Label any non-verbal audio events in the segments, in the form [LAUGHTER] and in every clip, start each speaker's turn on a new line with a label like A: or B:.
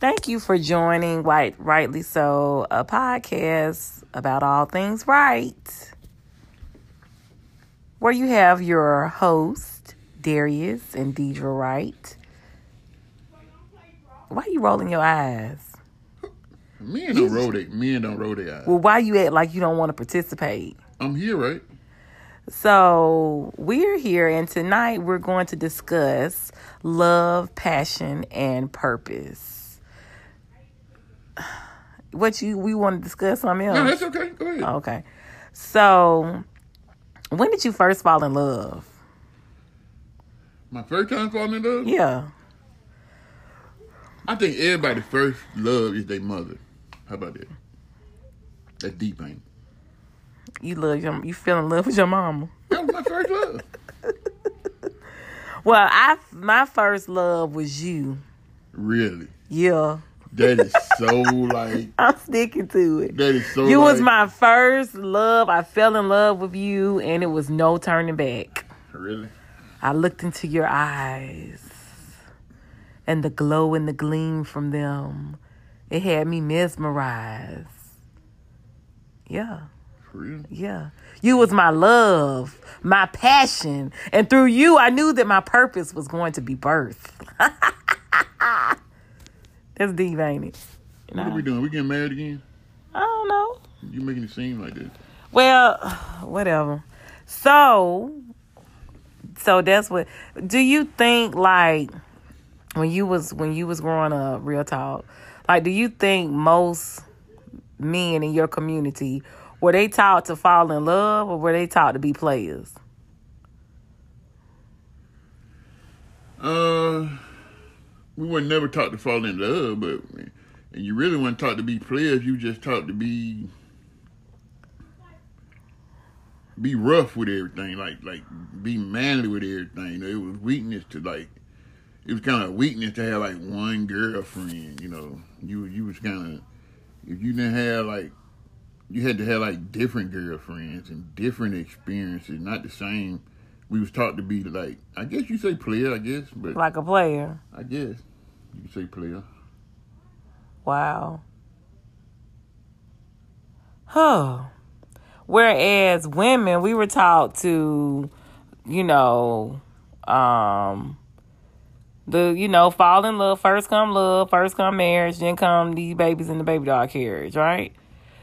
A: Thank you for joining White Rightly So, a podcast about all things right, where you have your host, Darius and Deidre Wright. Why are you rolling your eyes?
B: Men don't roll it. Men don't roll their eyes.
A: Well, why you act like you don't want to participate?
B: I'm here, right?
A: So, we're here, and tonight we're going to discuss love, passion, and purpose. [SIGHS] What you we want to discuss something
B: No,
A: else?
B: that's okay. Go ahead.
A: Okay. So, when did you first fall in love?
B: My first time falling in love.
A: Yeah.
B: I think everybody's first love is their mother. How about that? That's deep, ain't it?
A: You love your you fell in love with your mama.
B: That was my
A: [LAUGHS]
B: first love.
A: Well, I my first love was you.
B: Really?
A: Yeah.
B: That is so like.
A: I'm sticking to it.
B: That is so.
A: You was
B: like-
A: my first love. I fell in love with you, and it was no turning back.
B: Really?
A: I looked into your eyes, and the glow and the gleam from them, it had me mesmerized. Yeah,
B: For real?
A: yeah. You was my love, my passion, and through you, I knew that my purpose was going to be birth. [LAUGHS] That's deep, ain't it?
B: What are we doing? We getting married again?
A: I don't know.
B: You making it seem like this?
A: Well, [SIGHS] whatever. So, so that's what. Do you think like when you was when you was growing up, real talk? Like, do you think most men in your community were they taught to fall in love, or were they taught to be players?
B: Uh, we were never taught to fall in love, but and you really weren't taught to be players. You just taught to be be rough with everything, like like be manly with everything. It was weakness to like. It was kind of weakness to have like one girlfriend. You know, you you was kind of if you didn't have like. You had to have like different girlfriends and different experiences, not the same. We was taught to be like, I guess you say player, I guess, but
A: Like a player?
B: I guess you could say player.
A: Wow. Huh. Whereas women, we were taught to, you know, um, the you know fall in love first come love first come marriage then come the babies in the baby dog carriage right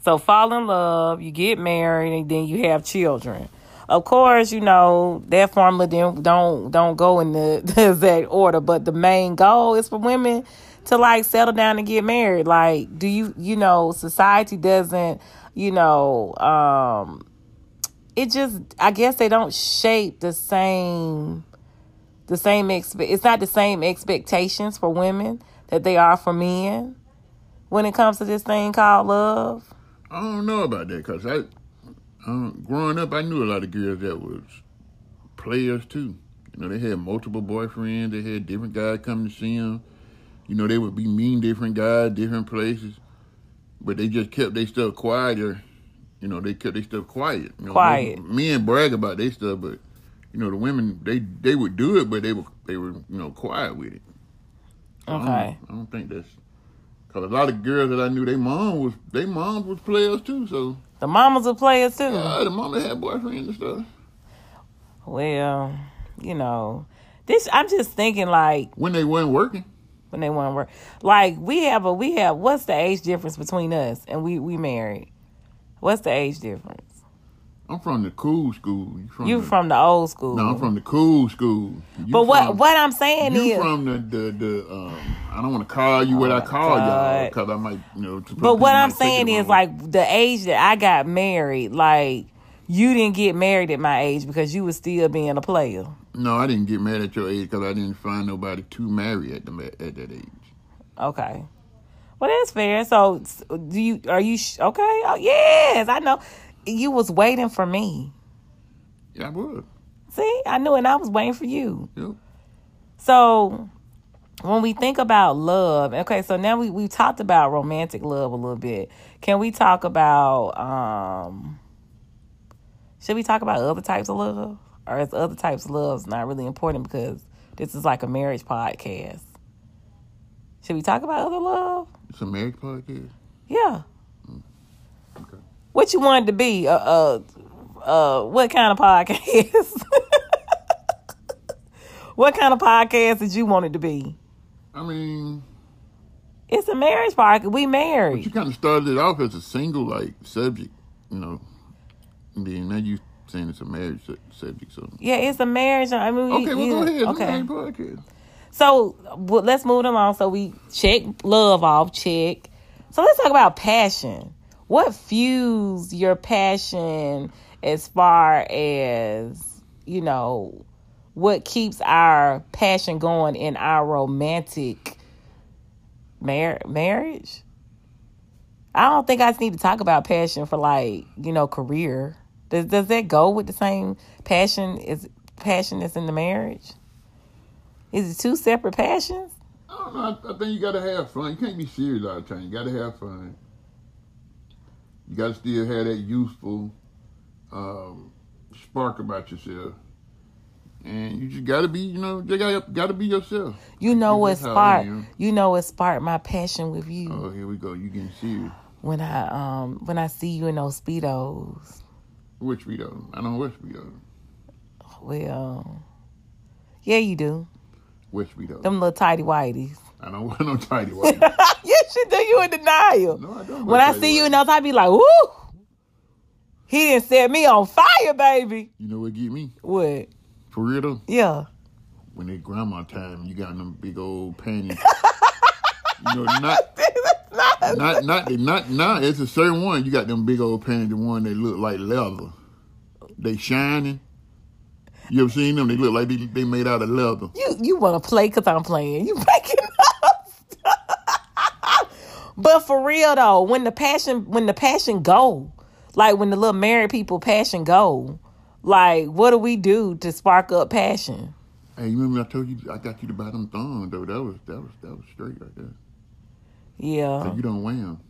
A: so fall in love you get married and then you have children of course you know that formula didn't don't don't go in the, [LAUGHS] the exact order but the main goal is for women to like settle down and get married like do you you know society doesn't you know um it just i guess they don't shape the same the same expe- it's not the same expectations for women that they are for men when it comes to this thing called love
B: I don't know about that because I, um, growing up, I knew a lot of girls that was players too. You know, they had multiple boyfriends. They had different guys come to see them. You know, they would be mean different guys, different places, but they just kept their stuff quieter. You know, they kept their stuff quiet. You know,
A: Quiet.
B: most Men brag about their stuff, but you know, the women they they would do it, but they were they were you know quiet with it. I don't-
A: okay
B: I don't think that's because a lot of girls that I knew, they mom was they moms was players too. So
A: the mamas are players too
B: uh, the mom that had boyfriends and stuff.
A: well you know this i'm just thinking like
B: When they wasn't working,
A: when they want to work like we have a we have what's the age difference between us and we we married what's the age difference
B: I'm from the cool school. You from?
A: you
B: the,
A: from the old school
B: Mm-hmm. No, I'm from the cool school. You
A: but what
B: from-
A: what i'm saying
B: You
A: is Oh,
B: from the the the? Um, I don't want to call you what I call y'all
A: God.
B: because I might you know. some people
A: But what I'm
B: might take it
A: saying
B: the
A: is,
B: wrong way.
A: like, the age that I got married, like, you didn't get married at my age because you was still being a player.
B: no, I didn't get mad at your age because I didn't find nobody to marry at the ma- at that age.
A: Okay. Well, that's fair. So, s- do you, are you, sh- okay? Oh, yes, I know. You was waiting for me.
B: Yeah, I would.
A: See, I knew, and I was waiting for you.
B: Yep.
A: So when we think about love, okay, so now we we talked about romantic love a little bit. Can we talk about um should we talk about other types of love? Or is other types of love not really important because this is like a marriage podcast? Should we talk about other love?
B: It's a marriage podcast.
A: Yeah.
B: Okay.
A: What you wanted to be? Uh, uh, uh what kind of podcast? [LAUGHS] what kind of podcast did you want it to be?
B: I mean,
A: It's a marriage podcast. We married.
B: you kind of started it off as a single like subject, you know. And then now you saying it's a marriage su- subject, so
A: Yeah, it's a marriage. I mean, we-
B: okay, well go
A: yeah,
B: ahead. It's a
A: Okay.
B: marriage podcast.
A: So well, let's move them on. So we check love off, check. So let's talk about passion. What fuels your passion as far as, you know, what keeps our passion going in our romantic mar- marriage? I don't think I just need to talk about passion for like, you know, career. Does does that go with the same passion is passion that's in the marriage? Is it two separate passions?
B: I don't know. I, I think you gotta have fun. You can't be serious all the time. You gotta have fun. You gotta still have that youthful um, spark about yourself, and you just gotta be, you know, you gotta gotta be yourself.
A: You know what
B: That's how I
A: sparked
B: am.
A: you know what sparked my passion with you
B: Oh, here we go. You getting serious?
A: when I um when I see you in those speedos.
B: Which we don't. I don't which we don't.
A: Well Yeah you do.
B: Which we don't.
A: Them little tidy whities. [LAUGHS]
B: I don't want no tidy white.
A: you should do you in denial.
B: No, I don't.
A: when I see you in those I be like, Woo He didn't set me on fire, baby.
B: you know what get me
A: What?
B: for real though.
A: Yeah. [LAUGHS]
B: When it's grandma time, you got them big old
A: [LAUGHS]
B: panties. you know, not
A: That's not
B: not not not not. It's a certain one. You got them big old panties, the one that look like leather. They shining. You ever seen them? They look like they, they made out of leather.
A: You you want to play because I'm playing. You [LAUGHS] making up. [LAUGHS] stuff. but for real though, when the passion when the passion go, like when the little married people passion go, like what do we do to spark up passion?
B: Hey, you remember I told you I got you to buy them thongs though. That was that was that was straight right there.
A: Yeah,
B: So you don't wear them.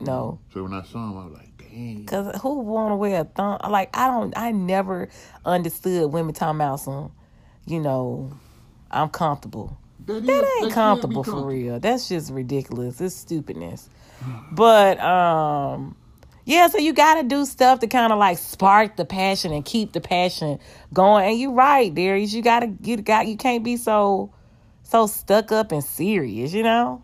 A: no,
B: So when I saw them, I was like, dang.
A: cause who want to wear a thumb? Like I don't. I never understood women talking about some. You know, I'm comfortable.
B: That, is-
A: That
B: that can't
A: ain't
B: be
A: comfortable for
B: comfortable.
A: real. That's just ridiculous. It's stupidness. But um yeah, so you gotta do stuff to kind of like spark the passion and keep the passion going. And you're right, Darius. You gotta you got you can't be so so stuck up and serious, you know?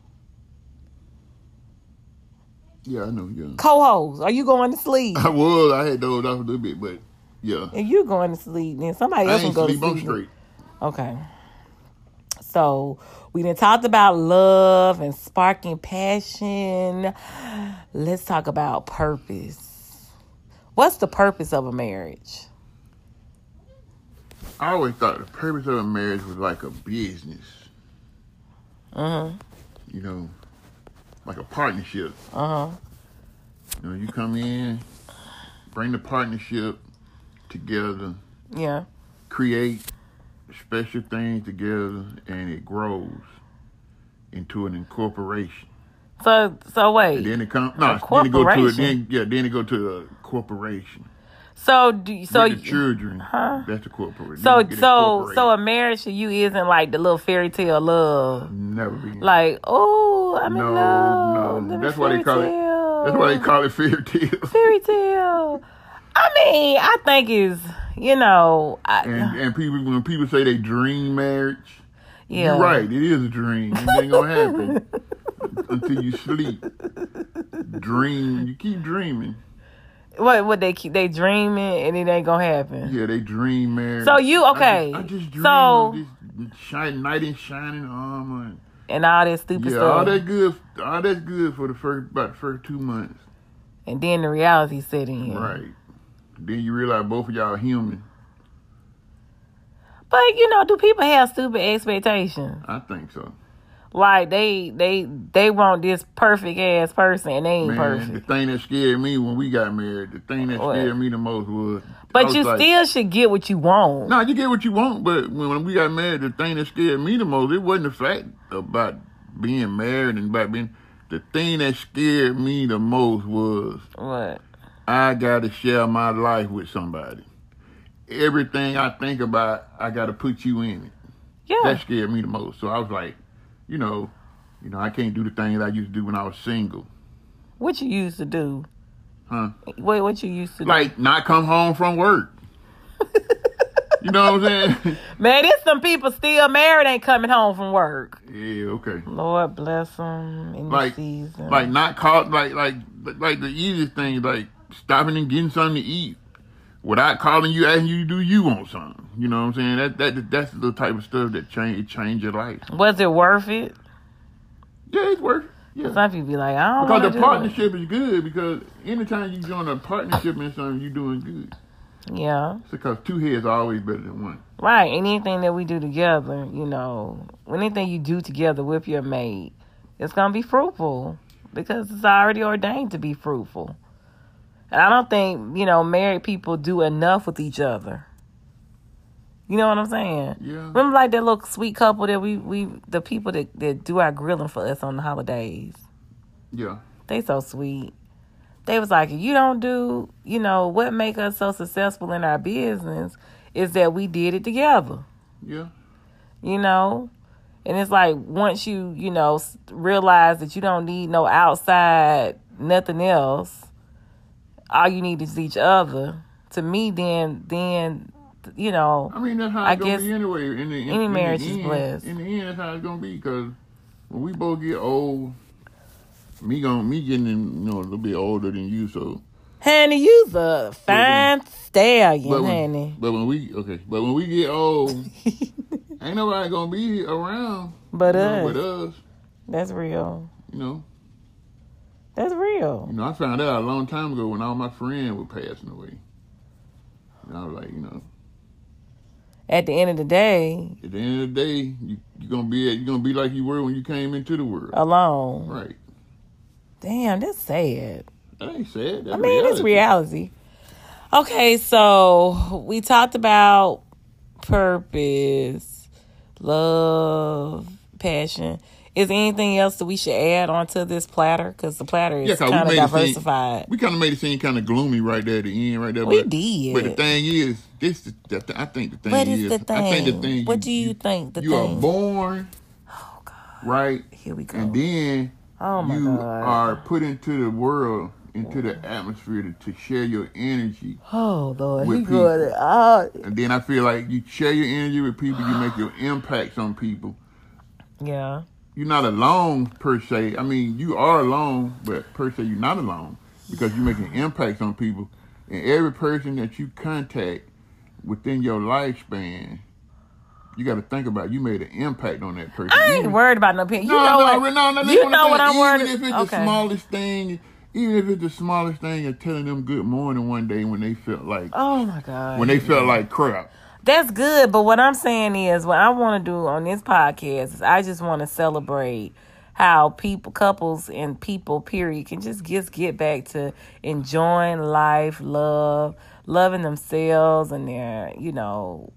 B: Yeah, I know. Yeah. [LAUGHS]
A: Co hosts, are you going to sleep?
B: I was. I had those off a little bit, but yeah.
A: If you going to sleep, then somebody
B: I
A: else can
B: ain't
A: go to
B: sleep
A: sleep.
B: on straight.
A: Okay. So we done talked about love and sparking passion. Let's talk about purpose. What's the purpose of a marriage?
B: I always thought the purpose of a marriage was like a business.
A: Uh-huh.
B: You know, like a partnership.
A: Uh huh.
B: You know, you come in, bring the partnership together,
A: Yeah.
B: create special things together, and it grows into an incorporation.
A: So so
B: And
A: wait.
B: then it comes. No,
A: A
B: then it go to a,
A: corporation?
B: then yeah, then it go to a corporation.
A: So do you- so
B: With the
A: you-
B: children,
A: Huh?
B: that's the corporation.
A: so
B: Then you get
A: so so a
B: incorporated.
A: marriage to you isn't like the little fairy tale love.
B: never be
A: Like oh I'm
B: No,
A: in love.
B: no.
A: Let me
B: That's why they
A: fairy
B: call
A: tale.
B: it. That's
A: Oh.
B: why they call it fairy tale.
A: fairy tale. I mean, I think is you know, I,
B: And and people when people say they dream marriage,
A: yeah,
B: you're right. It is a dream. It ain't
A: [LAUGHS]
B: gonna happen until you sleep. Dream. You keep dreaming.
A: What what they keep they dreaming and it ain't gonna happen.
B: Yeah, they dream marriage.
A: So you- okay.
B: I just, I just dream
A: So-
B: of this shine, knight in shining armor. and-
A: And all that stupid
B: yeah, all
A: stuff.
B: that good. All that's good for the first about the first two months.
A: and then the reality set in.
B: Right. Then you realize both of y'all human.
A: But you know, do people have stupid expectations?
B: I think so.
A: Like they they they want this perfect ass person and they ain't
B: Man, the [LAUGHS]
A: perfect.
B: thing that scared me when we got married, the thing that
A: What?
B: scared me the most was. I
A: But
B: was
A: you
B: like,
A: still should get what you want.
B: Nah, you get what you want, but when, when we got married, the thing that scared me the most, it wasn't the fact about being married and about being. The thing that scared me the most was
A: What?
B: I got to share my life with somebody. Everything I think about, I got to put you in it.
A: Yeah.
B: That scared me the most. So I was like, you know, You know, I can't do the things I used to do when I was single.
A: What you used to do?
B: Huh?
A: Wait, what you used to
B: Like not come home from work. you know what I'm saying?
A: do? Man, there's some people still married ain't coming home from work.
B: [LAUGHS] yeah, okay.
A: Lord bless them in
B: Like-
A: the season.
B: Like not call like like like the easiest thing like stopping and getting something to eat without calling you asking you do you want something. You know what I'm saying? That that that's the type of stuff that change it change your life.
A: Was it worth it?
B: Yeah, it's worth it. Yeah.
A: Some people be like, I don't
B: Because
A: want
B: the partnership is good because anytime you join a partnership in something, you're doing good.
A: Yeah.
B: It's because two heads are always better than one.
A: Right. Anything that we do together, you know, anything you do together with your mate, it's going to be fruitful because it's already ordained to be fruitful. And I don't think, you know, married people do enough with each other. You know what I'm saying?
B: Yeah.
A: Remember like that little sweet couple that we, we the people that, that do our grilling for us on the holidays.
B: Yeah.
A: They so sweet. They was like, if you don't do, you know, what make us so successful in our business is that we did it together,
B: Yeah.
A: you know? And it's like once you, you know, s- realize that you don't need no outside, nothing else, all you need is each other. To me, then, then, you know,
B: I mean, that's how
A: I
B: it's going
A: guess
B: to be anyway. In the, in,
A: any
B: in
A: marriage
B: the
A: is
B: end,
A: blessed.
B: In the end, that's how it's going to be because when we both get old, me going me getting in, you know a little bit older than you, so
A: honey, you's a fine stallion,
B: but when,
A: honey.
B: but when we okay, but when we get
A: [LAUGHS]
B: old, ain't nobody gonna be around
A: But
B: you know,
A: us,
B: with us,
A: that's real.
B: you know.
A: That's real.
B: You know, I found out a long time ago when all my friends were passing away, and I was like, you know,
A: At the end of the day,
B: at the end of the day, you you gonna be you gonna be like you were when you came into the world,
A: Oh. alone.
B: right?
A: Damn, that's sad.
B: That ain't sad. That's
A: I mean, it's
B: reality.
A: reality. Okay, so we talked about purpose, love, passion. Is there anything else that we should add onto this platter? Because the platter is
B: Yeah, 'cause we
A: kind of
B: made it seem-
A: diversified.
B: We kind of made it seem kind of gloomy right there at the end, right there.
A: We
B: but,
A: did.
B: But the thing is, this the, the, th- I think the thing
A: What is
B: is
A: the
B: I think the
A: thing?
B: thing.
A: What do you think the
B: you
A: thing? Oh,
B: are born, right,
A: Here we go.
B: and then
A: oh my
B: you
A: god.
B: are put into the world, into the atmosphere to, to share your energy.
A: oh lord,
B: with
A: he good.
B: people.
A: Oh
B: And then I feel like you share your energy with people, you make your impacts on people.
A: yeah,
B: You're not alone per se. I mean, you are alone, but per se, you're not alone because you're making impacts on people. And every person that you contact within your lifespan, you got to think about you made an impact on that person.
A: I ain't
B: Even-
A: worried about no people. You
B: no,
A: know
B: no,
A: what?
B: no, no, that's
A: you
B: I'm
A: know what
B: saying.
A: I'm worried.
B: Even if it's
A: okay.
B: the smallest thing, even if it's the smallest thing, and telling them good morning one day when they felt like
A: oh my god.
B: when they felt like crap.
A: That's good, but what I'm saying is, what I want to do on this podcast is, I just want to celebrate how people, couples, and people, period, can just get get back to enjoying life, love, loving themselves, and their, you know,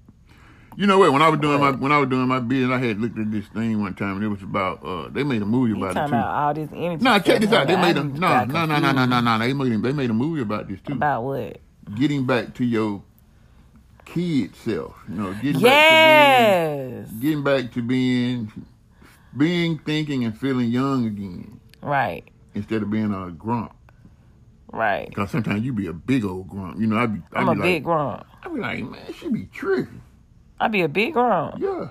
B: You know what? When I was doing my when I was doing my business, I had looked at this thing one time, and it was about uh they made a movie
A: you
B: about it
A: talking
B: too.
A: about all this energy.
B: No,
A: stuff.
B: check this out. They
A: I
B: made a
A: just
B: no,
A: got
B: no, no, no,
A: confused.
B: no, no, no. They made they made a movie about this too.
A: About what?
B: getting back to your kid self. You know, getting back
A: Yes,
B: to being, getting back to being being thinking and feeling young again
A: right,
B: instead of being a grump.
A: right.
B: Cause sometimes you be a big old grump. You know, I be I
A: I'm
B: be
A: a
B: like
A: big grump.
B: I be like man, she be tricky.
A: I be a big grump.
B: Yeah,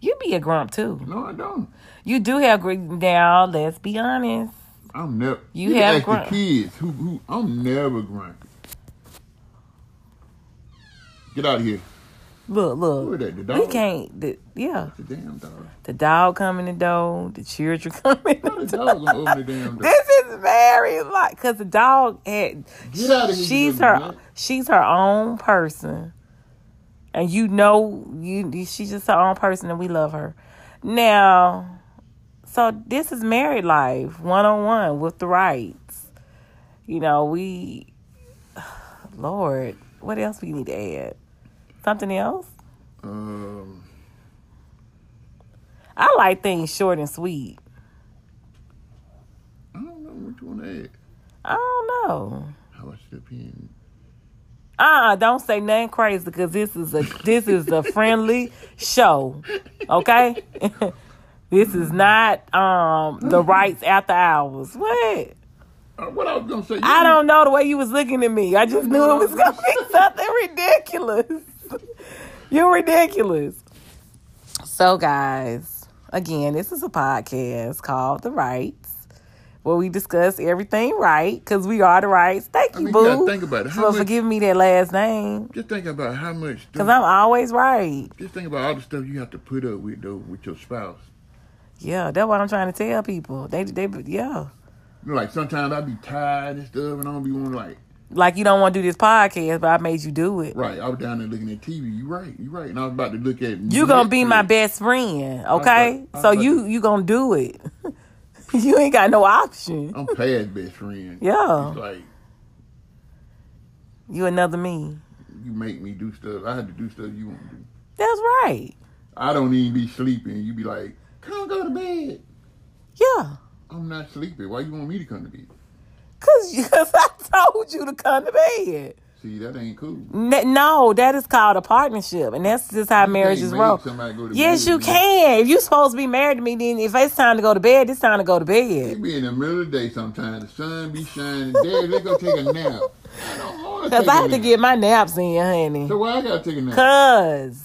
A: You be a grump too.
B: no, I don't.
A: You do have gr- now. Let's be honest.
B: I'm never.
A: You
B: can
A: have
B: ask
A: grunt.
B: the kids who who I'm never grumpy. Get out of here.
A: Look, look.
B: Who is that? The
A: We
B: dog?
A: can't. The, yeah,
B: The damn dog.
A: the dog coming the door. The children [LAUGHS] coming.
B: How the dog gonna open the damn
A: [LAUGHS]
B: door?
A: This is very like because the dog had.
B: Get out of here, you
A: She's
B: little
A: her.
B: nut.
A: She's her own person, and you know you. She's just her own person, and we love her. Now, so this is married life one on one with the rights. You know we. [SIGHS] Lord, what else we need to add? Something else?
B: Um,
A: I like things short and sweet.
B: I don't know what you want to add.
A: I don't know.
B: How I should be in.
A: Uh, uh don't say nothing crazy because this is a this is a friendly show. Okay? [LAUGHS] This is not um the rights after hours. What?
B: Uh, what I was gonna say? you-
A: I don't know the way you was looking at me. I just knew it was gonna be something ridiculous. You're ridiculous. So guys, again, this is a podcast called The Rights, where we discuss everything right, because we are the rights. Thank you,
B: I mean, you
A: boo.
B: gotta think about it. How
A: for
B: much-
A: forgiving me that last name.
B: Just think about how much. stuff-
A: Cause I'm always right.
B: just think about all the stuff you have to put up with though with your spouse.
A: Yeah, that's what I'm trying to tell people. They, they, yeah.
B: You know, like sometimes I be tired and stuff, and I don't be wanting like,
A: Like you don't want to do this podcast, but I made you do it.
B: right? I was down there looking at TV. You right? You right? And I was about to look at
A: You gonna be my
B: Netflix.
A: best friend, okay?
B: I
A: So
B: thought-
A: you you gonna do it. [LAUGHS] you ain't got no option.
B: I'm past best friend.
A: Yeah.
B: It's like
A: You another me.
B: you make me do stuff. I had to do stuff you want to do.
A: That's right.
B: I don't even be sleeping. You be like, come go to bed.
A: Yeah,
B: I'm not sleeping. Why you want me to come to bed?
A: cause, you- [LAUGHS] cause I told you to come to bed.
B: See, that ain't cool.
A: N- No, that is called a partnership, and that's just how
B: You
A: marriage
B: can't
A: is
B: make
A: rolled.
B: somebody go to
A: Yes,
B: bed
A: you
B: with
A: can. If you supposed to be married to me, then if it's time to go to bed, it's time to go to
B: It
A: bed.
B: be in the middle of the day sometimes. The sun be shining. Daddy, let's go take a nap. I don't want to
A: Cause
B: take
A: I
B: a
A: had to
B: nap.
A: get my naps in, honey.
B: So why I gotta take a nap?
A: Cause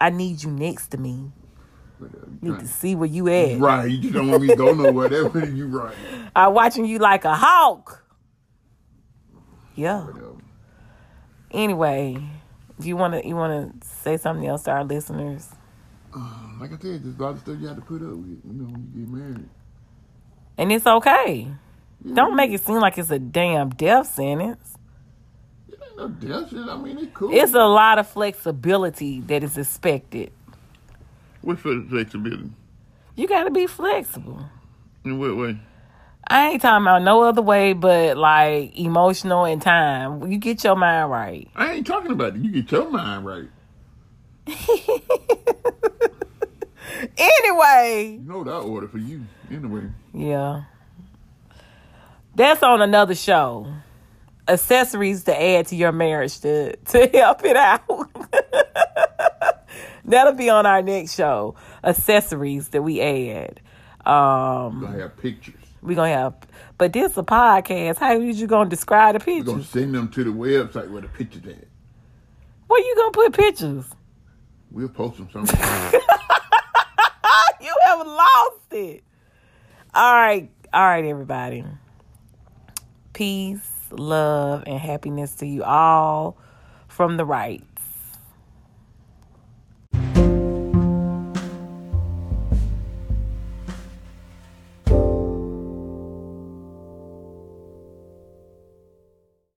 A: I need you next to me.
B: Whatever, you
A: Need
B: trying-
A: to see where you at.
B: Right, you just don't want me to go nowhere. That's what you right.
A: are watching you like a hawk. Yeah.
B: Whatever.
A: Anyway, if you wanna you wanna say something else to our listeners?
B: Um, Like I said, there's a lot of stuff you have to put up with. You know, when you get married.
A: And it's okay. Don't make it seem like it's a damn death sentence.
B: It ain't no death shit. I mean, it's cool.
A: It's a lot of flexibility that is expected.
B: What's for flexibility?
A: You gotta be flexible.
B: In what way?
A: I ain't talking about no other way but like emotional and time. You get your mind right. [LAUGHS]
B: I ain't talking about it. You get your mind right.
A: Anyway.
B: You know that order for you, anyway.
A: Yeah. That's on another show. Accessories to add to your marriage to, [LAUGHS] to help it out. [LAUGHS] That'll be on our next show. Accessories that we add. Um,
B: I have pictures.
A: we're gonna have but this a podcast. How is you gonna describe the
B: We're gonna
A: pictures?
B: send them to the website where the pictures at.
A: Where you gonna put pictures?
B: We'll post them somewhere.
A: [LAUGHS] you have lost it. All right, all right, everybody. Peace, love, and happiness to you all from the right.